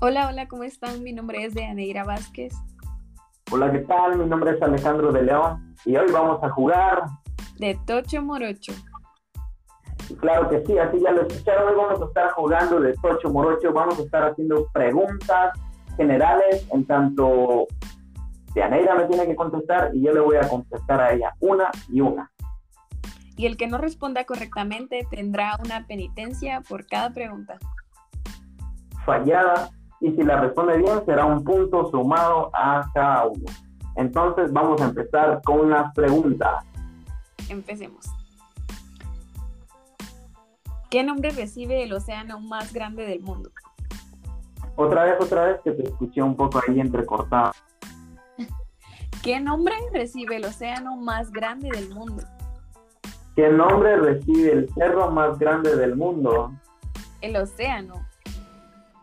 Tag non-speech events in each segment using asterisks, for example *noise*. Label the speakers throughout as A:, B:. A: Hola, hola, ¿cómo están? Mi nombre es Deaneira Vázquez.
B: Hola, ¿qué tal? Mi nombre es Alejandro de León y hoy vamos a jugar.
A: De Tocho Morocho.
B: Y Claro que sí, así ya lo escucharon. Hoy vamos a estar jugando de Tocho Morocho. Vamos a estar haciendo preguntas generales. En tanto, Dianeira me tiene que contestar y yo le voy a contestar a ella una y una.
A: Y el que no responda correctamente tendrá una penitencia por cada pregunta.
B: Fallada. Y si la responde bien, será un punto sumado a cada uno. Entonces, vamos a empezar con las preguntas.
A: Empecemos. ¿Qué nombre recibe el océano más grande del mundo?
B: Otra vez, otra vez, que te escuché un poco ahí entrecortado.
A: ¿Qué nombre recibe el océano más grande del mundo?
B: ¿Qué nombre recibe el cerro más grande del mundo?
A: El océano.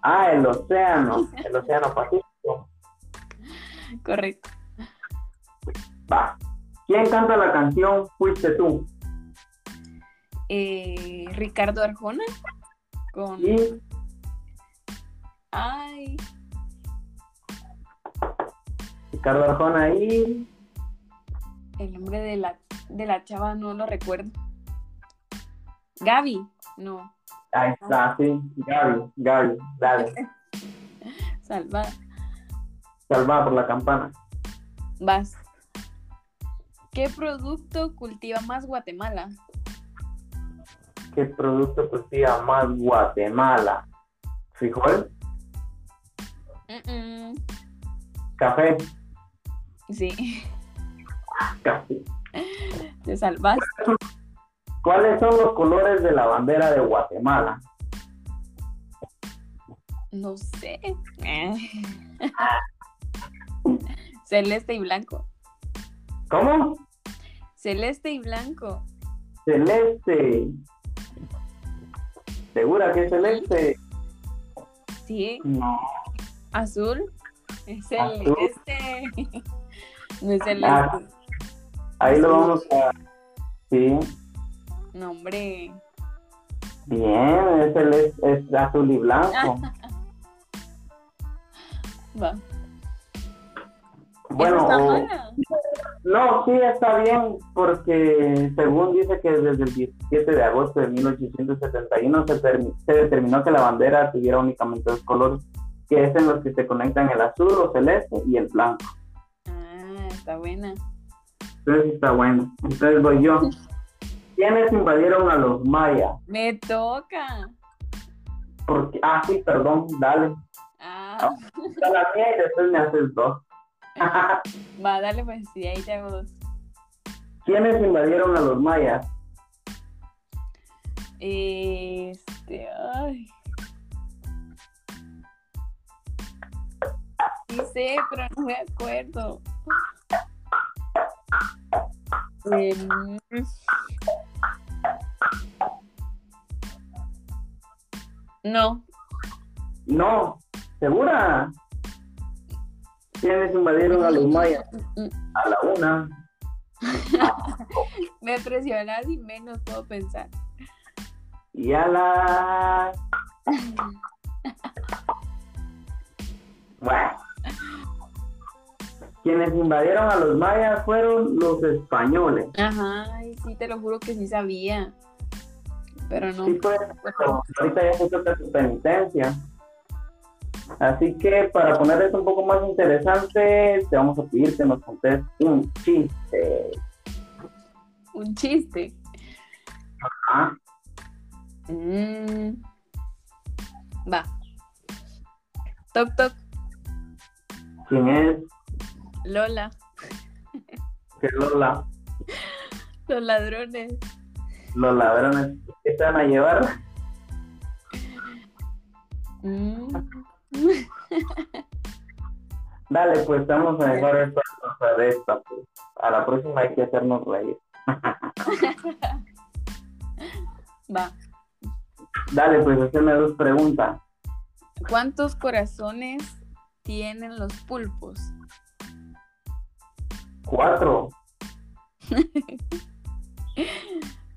B: Ah, el océano, el océano Pacífico.
A: Correcto.
B: Va. ¿Quién canta la canción Fuiste tú?
A: Eh, Ricardo Arjona con...
B: Y
A: Ay,
B: Ricardo Arjona ahí.
A: el nombre de la, de la chava no lo recuerdo. Gaby, no,
B: Ahí está, sí. Gaby, Gaby, dale.
A: salvada.
B: Salvada por la campana.
A: Vas. ¿Qué producto cultiva más Guatemala?
B: ¿Qué producto cultiva más Guatemala? ¿Frijol?
A: Mm-mm.
B: ¿Café?
A: Sí, *laughs*
B: Café.
A: te salvas.
B: ¿Cuáles son los colores de la bandera de Guatemala?
A: No sé. *laughs* Celeste y blanco.
B: ¿Cómo?
A: Celeste y blanco.
B: Celeste. ¿Segura que es celeste?
A: Sí,
B: No.
A: azul. Es
B: Azul.
A: celeste. *laughs* No es
B: Ah.
A: celeste.
B: Ahí lo vamos a. Sí.
A: No, hombre.
B: Bien, es, el, es, es azul y blanco.
A: Va.
B: Bueno,
A: Esa está
B: o-
A: mala.
B: no, sí está bien, porque según dice que desde el 17 de agosto de 1871 se, termi- se determinó que la bandera tuviera únicamente dos colores, que es en los que se conectan el azul o celeste y el blanco.
A: Ah, está buena.
B: Entonces está bueno. Entonces voy yo. ¿Quiénes invadieron a los mayas?
A: Me toca.
B: Porque, ah, sí, perdón, dale.
A: Ah,
B: Está la mía y después me haces dos.
A: va, dale pues, sí, ahí te hago dos.
B: ¿Quiénes invadieron a los mayas?
A: Este, ay. Sí sé, pero no me acuerdo. Em, no,
B: No, ¿segura? ¿Quiénes invadieron a los mayas? A la una.
A: me presionas y menos puedo pensar.
B: Y a la... Bueno. Quienes invadieron a los mayas fueron los españoles.
A: Ajá, ay, sí, te lo juro que sí sabía. Pero no.
B: Sí, pues, pero ahorita ya se toca su penitencia. Así que para poner esto un poco más interesante, te vamos a pedir que nos contes un chiste.
A: Un chiste.
B: Ah,
A: Mm. Va. Toc toc,
B: ¿Quién es?
A: Lola,
B: ¿Qué Lola?
A: los ladrones.
B: Los ladrones que te van a llevar.
A: Mm.
B: Dale, pues vamos a dejar esto a de esta. Pues. A la próxima hay que hacernos reír.
A: Va.
B: Dale, pues haceme dos preguntas.
A: ¿Cuántos corazones tienen los pulpos?
B: ¿Cuatro?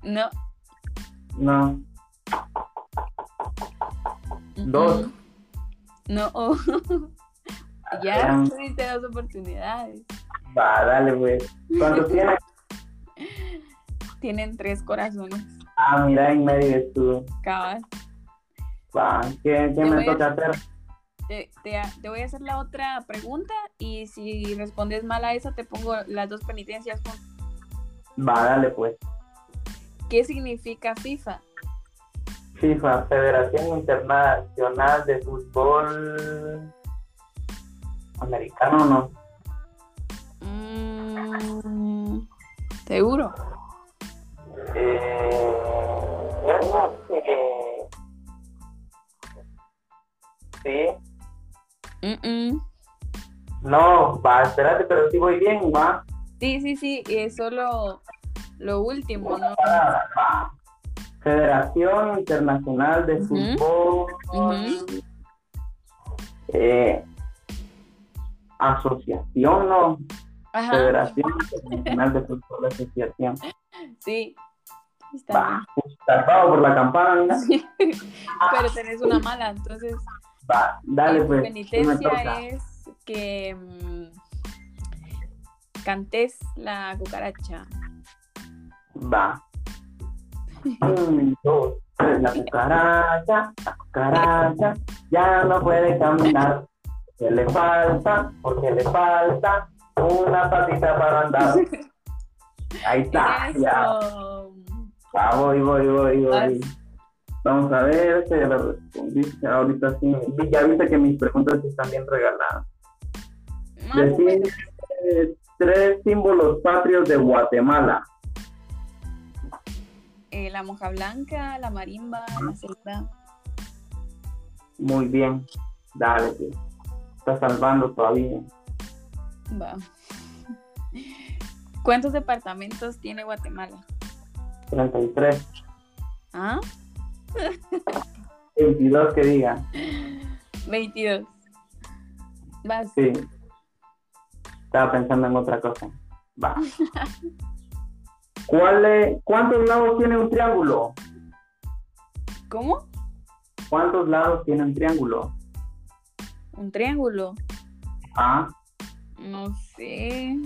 A: No.
B: No. Dos.
A: Mm-mm. No, *laughs* oh. ya tuviste dos oportunidades.
B: Va, dale, pues.
A: *laughs*
B: ¿Cuántos tienes?
A: Tienen tres corazones.
B: Ah, mira, en medio estuvo.
A: Cabal.
B: Va, ¿qué, qué
A: Te
B: me
A: voy a-
B: toca hacer?
A: Te, te- te voy a hacer la otra pregunta y si respondes mal a esa te pongo las dos penitencias juntas.
B: Va, dale, pues.
A: ¿Qué significa FIFA?
B: FIFA, Federación Internacional de Fútbol Americano, no.
A: Mm, Seguro.
B: Eh, eh, sí,
A: Mm, mm.
B: no, va, espérate, pero sí voy bien, va.
A: Sí, sí, sí, es solo lo último, ¿no?
B: Ah, va. Federación Internacional de
A: Ujú.
B: Fútbol.
A: Ujú.
B: eh, asociación, no.
A: Ajá,
B: Federación Internacional de Fútbol Asociación.
A: sí. Está
B: Va, salvado por la campana, mira.
A: bien. Pero tenés una mala, entonces
B: Va, dale
A: y tu
B: pues. ¿qué me toca?
A: penitencia es que mm, cantes la cucaracha.
B: Va. Un, dos, tres, la cucaracha, la cucaracha, ya no puede caminar. ¿Qué le falta? Porque le falta una patita para andar. Ahí está, Ah, ya.
A: Eso.
B: Va, Ah, voy, voy, voy, voy.
A: Vas.
B: Vamos a ver, te lo respondiste ahorita sí. Vi- Ya viste que mis preguntas están bien regaladas.
A: Más o
B: Decir
A: menos.
B: eh, tres símbolos patrios de Guatemala.
A: Eh, la moja blanca, la marimba,
B: Ah.
A: la celda.
B: Muy bien. Dale, que está salvando todavía.
A: Va. *laughs* ¿Cuántos departamentos tiene Guatemala?
B: 33.
A: ¿Ah?
B: 22 que diga.
A: 22. Vas.
B: Sí. Estaba pensando en otra cosa. Va. ¿Cuál es- ¿Cuántos lados tiene un triángulo?
A: ¿Cómo?
B: ¿Cuántos lados tiene un triángulo?
A: Un triángulo.
B: Ah,
A: No sé.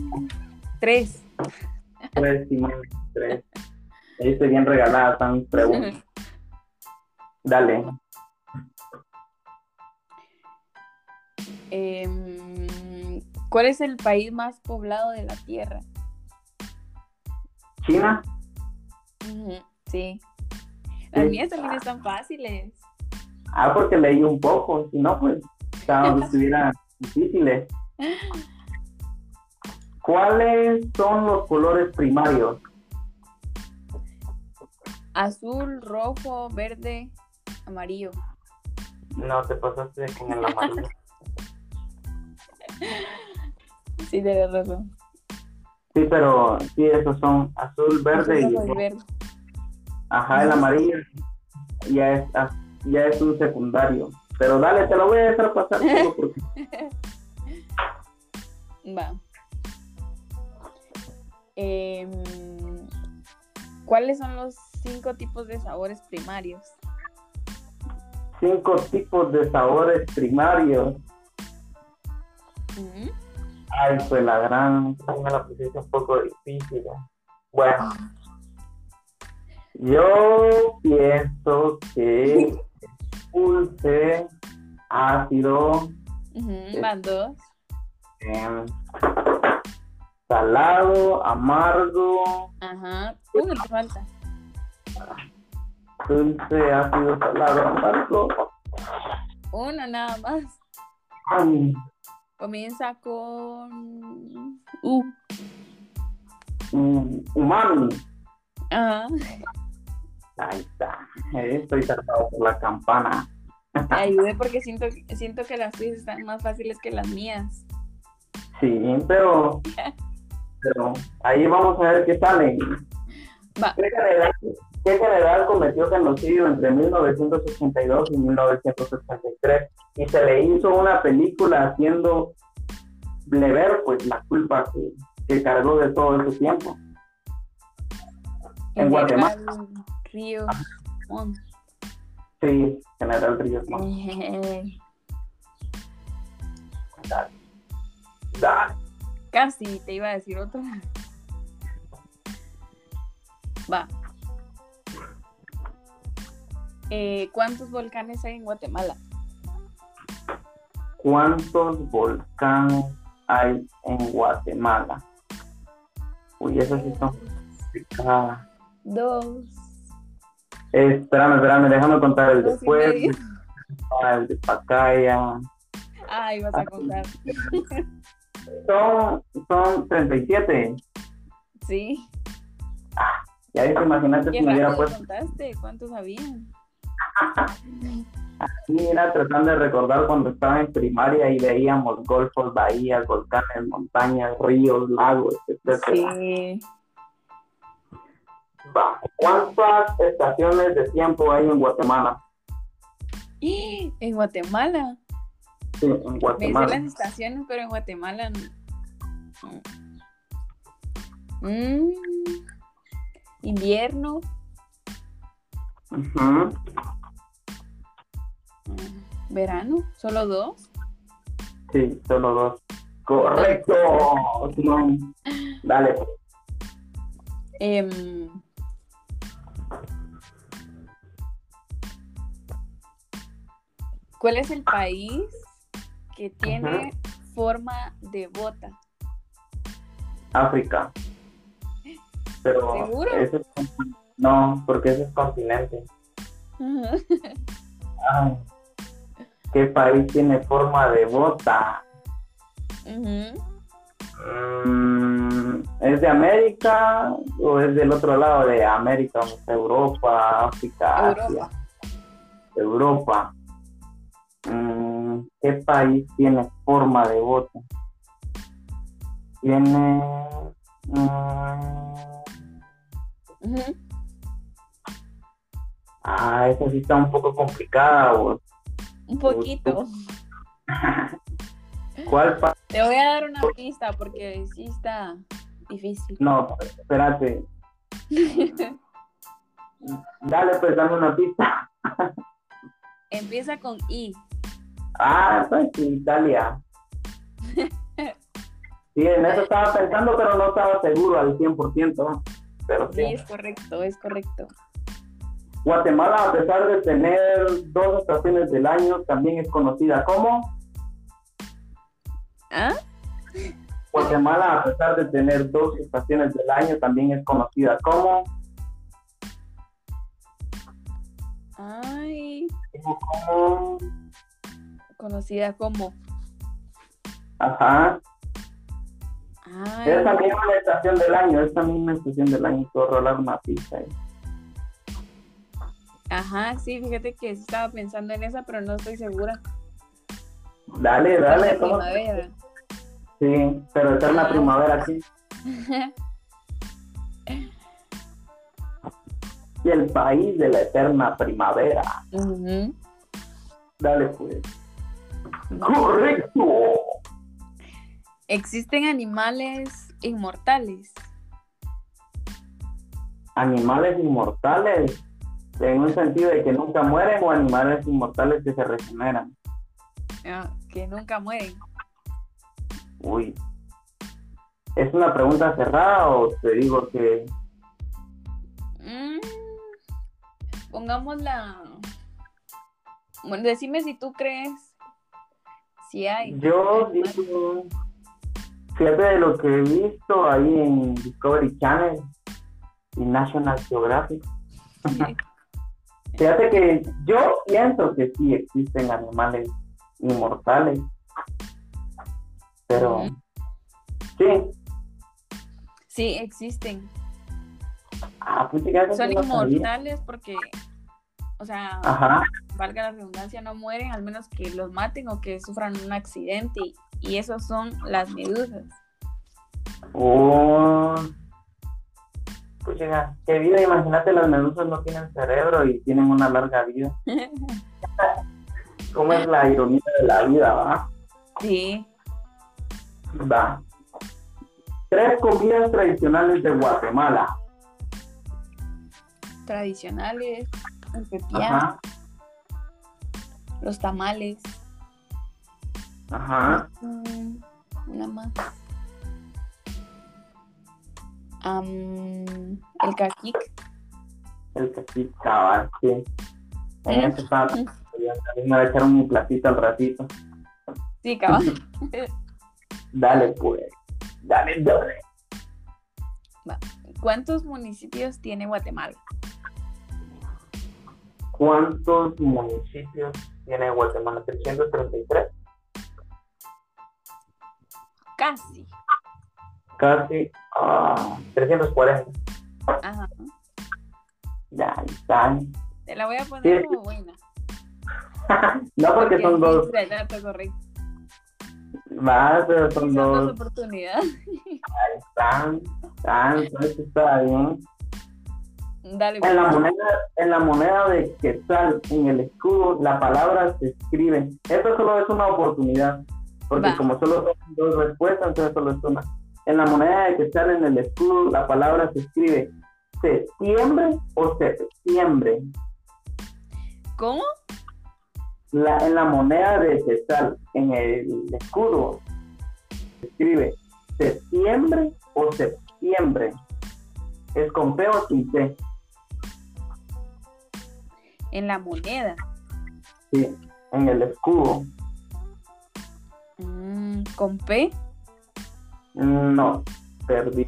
A: Tres.
B: tres, Simón, tres. Ahí estoy bien regalada, tan preguntas.
A: *laughs*
B: Dale.
A: Em, ¿Cuál es el país más poblado de la Tierra?
B: ¿China?
A: Sí. Las
B: Sí.
A: mías también están fáciles.
B: Ah, porque leí un poco. Si no, pues estaba, estuviera ¿eh? difíciles. ¿Cuáles son los colores primarios?
A: Azul, rojo, verde, amarillo.
B: No, te pasaste con el amarillo.
A: Sí, de razón.
B: Sí, pero sí, esos son azul, verde
A: Azul,
B: y...
A: rojo y verde.
B: Ajá, el amarillo ya es, ah, ya es un secundario. Pero dale, te lo voy a dejar pasar solo porque...
A: Va. Em, ¿Cuáles son los cinco tipos de sabores primarios?
B: Cinco tipos de sabores primarios.
A: Ujú.
B: Ay, pues la gran... Me la pusiste un poco difícil. ¿eh? Bueno. Yo pienso que es dulce, ácido,
A: Ujú, Van dos.
B: em, salado, amargo,
A: Ajá. Uno te falta.
B: dulce, ácido, salado, amargo.
A: Uno nada más.
B: Ay,
A: Comienza con. U.
B: mm, umami.
A: *laughs* Ajá.
B: Ahí está. Eh, Estoy saltado por la campana.
A: Te ayudé porque siento, siento que las tuyas están más fáciles que las mías.
B: Sí, pero, pero ahí vamos a ver qué sale.
A: Va.
B: ¿Qué general, qué general cometió genocidio entre 1982 y 1983? Y se le hizo una película haciendo lever pues la culpa que, que cargó de todo ese tiempo. En Guatemala. Ah.
A: General Río. Montt.
B: Sí, general Ríos Montt.
A: Eh,
B: dale. Dale.
A: *laughs* Casi te iba a decir otra. Va. Eh, ¿Cuántos volcanes hay en Guatemala?
B: ¿Cuántos volcanes hay en Guatemala? Uy, esas sí son complicadas.
A: Dos.
B: Eh, espérame, espérame, déjame contar el
A: Dos y
B: después.
A: medio.
B: El de Pacaya.
A: Ay, vas
B: Ah,
A: a contar.
B: Son, son 37.
A: Sí.
B: Ya viste, imagínate
A: ¿Qué
B: si me hubiera
A: rápido
B: puesto
A: contaste? ¿Cuántos habían?
B: *laughs* Mira, tratando de recordar cuando estaba en primaria y veíamos golfos, bahías, volcanes, montañas, ríos, lagos, etcétera.
A: Sí.
B: Va, ¿Cuántas estaciones de tiempo hay en Guatemala?
A: ¡Ah! *gasps* En Guatemala.
B: Sí, en
A: Me hice las
B: Guatemala.
A: estaciones, pero en Guatemala no. Mm. Invierno.
B: Ujú.
A: Mm. Verano. Solo dos.
B: Sí, solo dos. Correcto. Simón. Dale.
A: Em, ¿Cuál es el país que tiene forma de bota?
B: África. Pero
A: ¿Seguro?
B: ese es con- no, porque ese es continente. Ay, ¿Qué país tiene forma de bota?
A: Ujú.
B: Mm, ¿Es de América o es del otro lado de América? Europa, África, Asia,
A: Europa.
B: Europa. Mm, ¿Qué país tiene forma de bota? Tiene... mm,
A: Ujú.
B: Ah, esa sí está un poco complicada. vos.
A: Un poquito.
B: ¿Cuál país?
A: Te voy a dar una pista porque sí está difícil. *laughs*
B: No, espérate. Dale, pues dame una pista. *laughs*
A: Empieza con I.
B: Ah, pues Italia. Sí, en eso estaba pensando, pero no estaba seguro al 100%. Pero
A: Sí,
B: sí.
A: es correcto, es correcto.
B: Guatemala, a pesar de tener dos estaciones del año, también es conocida como
A: ¿Ah?
B: Guatemala, a pesar de tener dos estaciones del año, también es conocida como
A: Ay,
B: como
A: conocida como.
B: ajá.
A: Ay,
B: Es también una estación del año, es también una estación del año. Puedo rolar una pista. ahí.
A: ajá, sí, fíjate que sí estaba pensando en esa, pero no estoy segura.
B: Dale,
A: Es
B: dale.
A: la
B: ¿cómo?
A: primavera.
B: Sí, pero está en la
A: *laughs*
B: primavera aquí. Y el país de la eterna primavera.
A: Ujú.
B: Dale, pues. Correcto.
A: ¿Existen animales inmortales?
B: Animales inmortales. En un sentido de que nunca mueren o animales inmortales que se regeneran.
A: Ah, que nunca mueren.
B: Uy. ¿Es una pregunta cerrada o te digo que
A: Mm, Pongámosla. Bueno, decime si tú crees si hay.
B: Yo
A: animales.
B: digo, fíjate de lo que he visto ahí en Discovery Channel y National Geographic. Fíjate que yo pienso que sí existen animales inmortales, pero
A: Ujú.
B: sí,
A: Sí, existen.
B: ah, pues fíjate
A: Son
B: que no Ah. sabía.
A: inmortales porque, o sea,
B: Ajá,
A: valga la redundancia, no mueren al menos que los maten o que sufran un accidente. Y, y esos son las medusas. *laughs*
B: oh, pues qué vida, imagínate las medusas no tienen cerebro y tienen una larga vida. ¿Cómo es la ironía de la vida, ah? va?
A: Sí.
B: Va. Tres comidas tradicionales de Guatemala.
A: Tradicionales, el pepián,
B: Ajá.
A: los tamales.
B: Ajá.
A: Mm, Una más. Am, el cacique.
B: El Eh, que sí, cabal, sí. En
A: Ujú.
B: eso estaba estudiando. A mí me va a echar un platito al ratito.
A: Sí, cabal.
B: Dale, pues. Dale, dale.
A: ¿Cuántos municipios tiene Guatemala?
B: ¿Cuántos municipios tiene Guatemala? 333.
A: Casi.
B: Casi ah, 340.
A: Ajá.
B: Ya, ya.
A: Te la voy a poner
B: Sí.
A: como buena.
B: No porque son
A: sí,
B: dos,
A: el dato correcto.
B: más, pero
A: Son
B: son
A: dos
B: dos.
A: oportunidades. *laughs*
B: Tan, tan, entonces está bien.
A: Dale,
B: En la
A: pues.
B: moneda, en la moneda de Quetzal, en el escudo, la palabra se escribe. Esto solo es una oportunidad, porque
A: Va.
B: como solo son dos respuestas, entonces solo es una. En la moneda de Quetzal, en el escudo, la palabra se escribe septiembre o septiembre.
A: ¿Cómo?
B: La, en la moneda de Quetzal, en el escudo, se escribe septiembre o septiembre. Es con P o sin T.
A: En la moneda.
B: Sí, en el escudo.
A: Mm, ¿Con P?
B: No, perdí.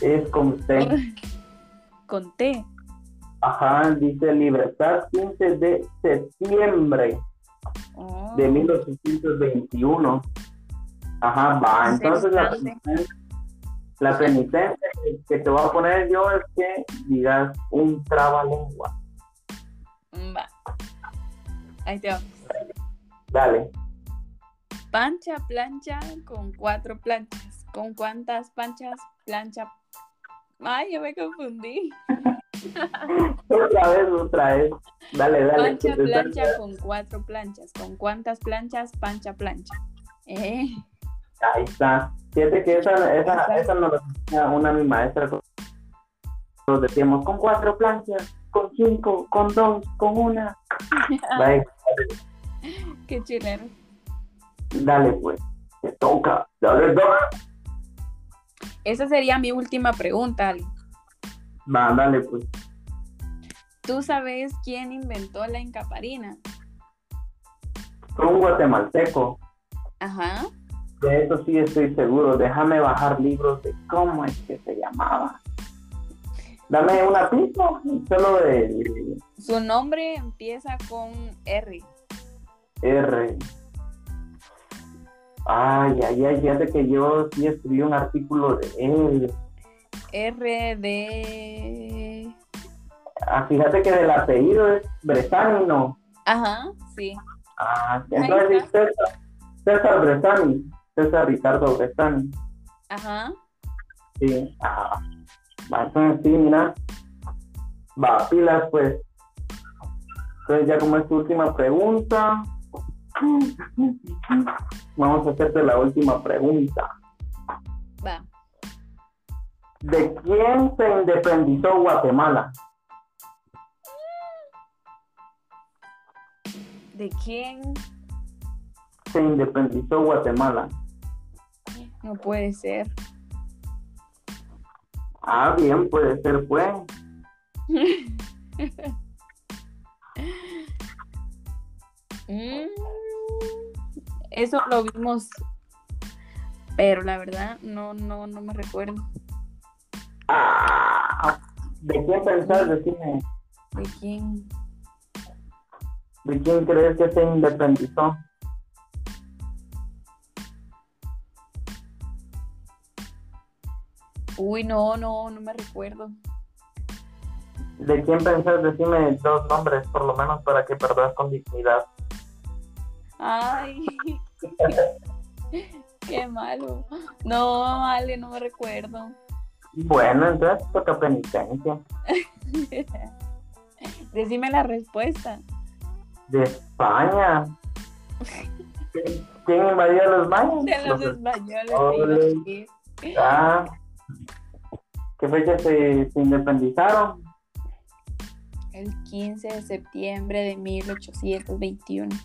B: Es con C.
A: Con T.
B: Ajá, dice Libertad 15 de septiembre
A: Oh,
B: de 1821. Ajá, va. Entonces la
A: Interesante.
B: penitencia, la penitencia que- que te voy a poner yo es que digas un trabalengua.
A: Mm, Va. Ahí te va.
B: Dale.
A: Pancha, plancha con cuatro planchas. ¿Con cuántas panchas plancha? Ay, yo me confundí.
B: Otra vez, otra vez. Dale, dale. que
A: Pancha,
B: te estás-
A: plancha con cuatro planchas. ¿Con cuántas planchas? Pancha, plancha. Eh, *laughs*
B: Ahí está. Fíjate que esa, esa,
A: Exacto.
B: esa nos la enseña una mi maestra. Nos decíamos con cuatro planchas, con cinco, con dos, con una. Dale,
A: qué chileno.
B: dale pues. Te toca. Dale, dale.
A: Esa sería mi última pregunta, Ali.
B: Va, dale pues.
A: ¿Tú sabes quién inventó la encaparina?
B: Un guatemalteco.
A: Ajá.
B: De eso sí estoy seguro. Déjame bajar libros de cómo es que se llamaba. Dame una pista. Solo de
A: Su nombre empieza con R.
B: R. Ay, ay, ay, fíjate que yo sí escribí un artículo de él.
A: R de...
B: Ah, fíjate que del apellido es Bresani,
A: Ajá, sí.
B: Ah,
A: Ahí
B: entonces es César, César Bresani, César Ricardo Bresani.
A: Ajá.
B: Sí, ah, va, entonces sí, mira. Va, pilas, pues. Entonces, ya como es tu última pregunta, *laughs* vamos a hacerte la última pregunta.
A: Va.
B: ¿De quién se independizó Guatemala?
A: ¿De quién?
B: Se independizó Guatemala.
A: No puede ser.
B: Ah, bien, puede ser, pues.
A: Mm, Eso lo vimos. Pero la verdad, no, no, no me recuerdo.
B: Ah, ¿de quién pensás? Decime,
A: ¿De quién?
B: ¿de quién crees que se independizó?
A: Uy, no, no, no me recuerdo.
B: ¿De quién pensás? Decime dos nombres, por lo menos, para que perdas con dignidad. *laughs*
A: Ay. *laughs* Qué malo. No, Ale, no me recuerdo. *laughs*
B: Bueno, entonces toca penitencia.
A: Decime la respuesta.
B: De España. ¿Quién invadió a los mayas?
A: De los
B: Los-
A: españoles. te iba a decir.
B: ah, ¿Qué fecha se- se independizaron?
A: El 15 de septiembre de 1821.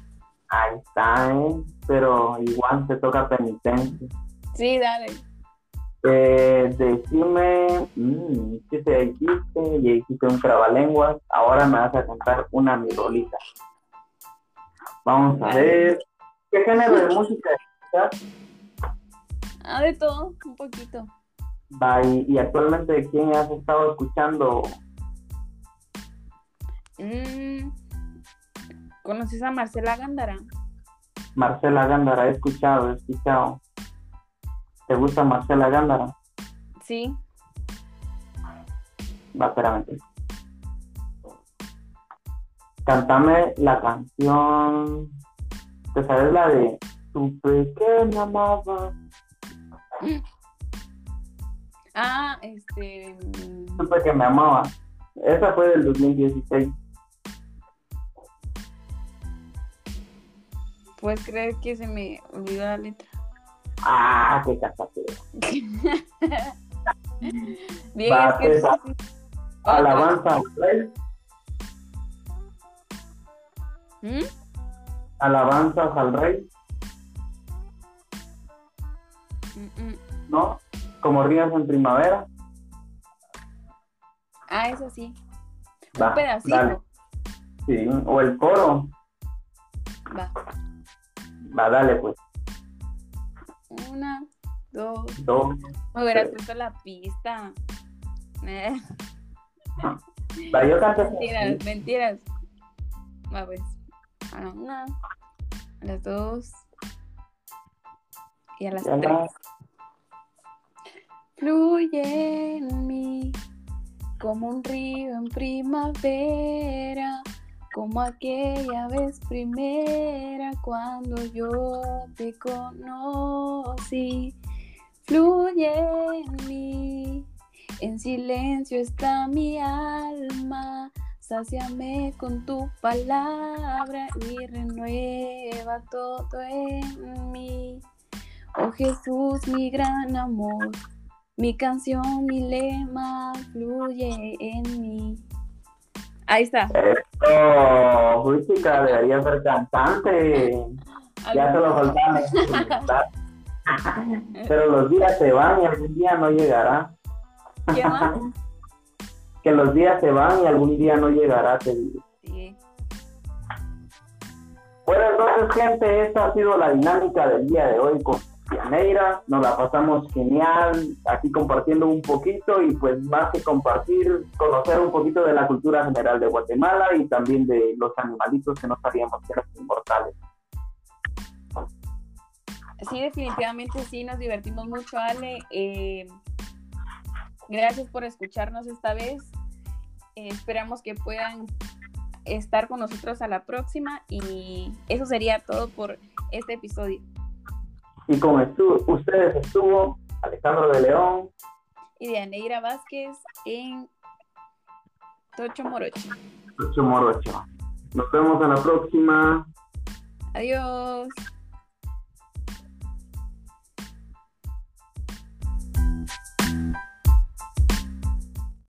B: Ahí está, ¿eh? pero igual te toca penitencia.
A: Sí, dale.
B: Eh, decime, mm, ¿qué te dijiste? Y dijiste un trabalenguas. Ahora me vas a contar una mirolita. Vamos a
A: Vale.
B: ver. ¿Qué género de música escuchas?
A: Ah, de todo, un poquito.
B: Bye. ¿Y actualmente quién has estado escuchando?
A: Mm, ¿Conoces a Marcela Gándara?
B: Marcela Gándara, he escuchado, he escuchado. ¿Te gusta Marcela Gándara?
A: Sí.
B: Va, espérame. Cántame la canción. ¿Te sabes la de Supe que me amaba?
A: Ah, este. mm,
B: Supe que me amaba. Esa fue del 2016.
A: Puedes creer que se me olvidó la letra. *laughs*
B: Ah, qué cataste.
A: Bien,
B: Va,
A: es que. Ah,
B: esa. Alabanza, al rey,
A: ¿Mm?
B: alabanzas al rey,
A: Mm, mm.
B: ¿no? Como ríos en primavera.
A: Ah, eso sí.
B: Va,
A: Un pedacito.
B: dale. Sí, o el coro.
A: Va.
B: Va, dale, pues.
A: Una, dos.
B: Dos.
A: Me hubieras
B: Tres.
A: puesto la pista. *laughs* Eh,
B: Va, yo canto. así.
A: mentiras, mentiras. Va, pues. A la una, a las dos y a las
B: Ya
A: tres.
B: la-
A: Fluye en mí como un río en primavera, como aquella vez primera cuando yo te conocí. Fluye en mí, en silencio está mi alma, sáciame con tu palabra y renueva todo en mí. Oh Jesús, mi gran amor. Mi canción, mi lema fluye en mí. Ahí está.
B: Esto, uy, chica, oh, debería ser cantante. Ya se lo faltaba. Pero los días se van y algún día no llegará.
A: ¿Qué más?
B: *laughs* Que los días se van y algún día no llegará, te digo.
A: Sí.
B: Bueno, entonces, gente, esta ha sido la dinámica del día de hoy con Pianeira. Nos la pasamos genial, aquí compartiendo un poquito y pues más que compartir, conocer un poquito de la cultura general de Guatemala y también de los animalitos que no sabíamos que eran inmortales.
A: Sí, definitivamente sí, nos divertimos mucho, Ale. Eh, gracias por escucharnos esta vez. Eh, esperamos que puedan estar con nosotros a la próxima y eso sería todo por este episodio.
B: Y con estu- ustedes estuvo Alejandro de León.
A: Y de Aneira Vázquez en Tocho Morocho.
B: 8 Morocho. Nos vemos en la próxima.
A: Adiós.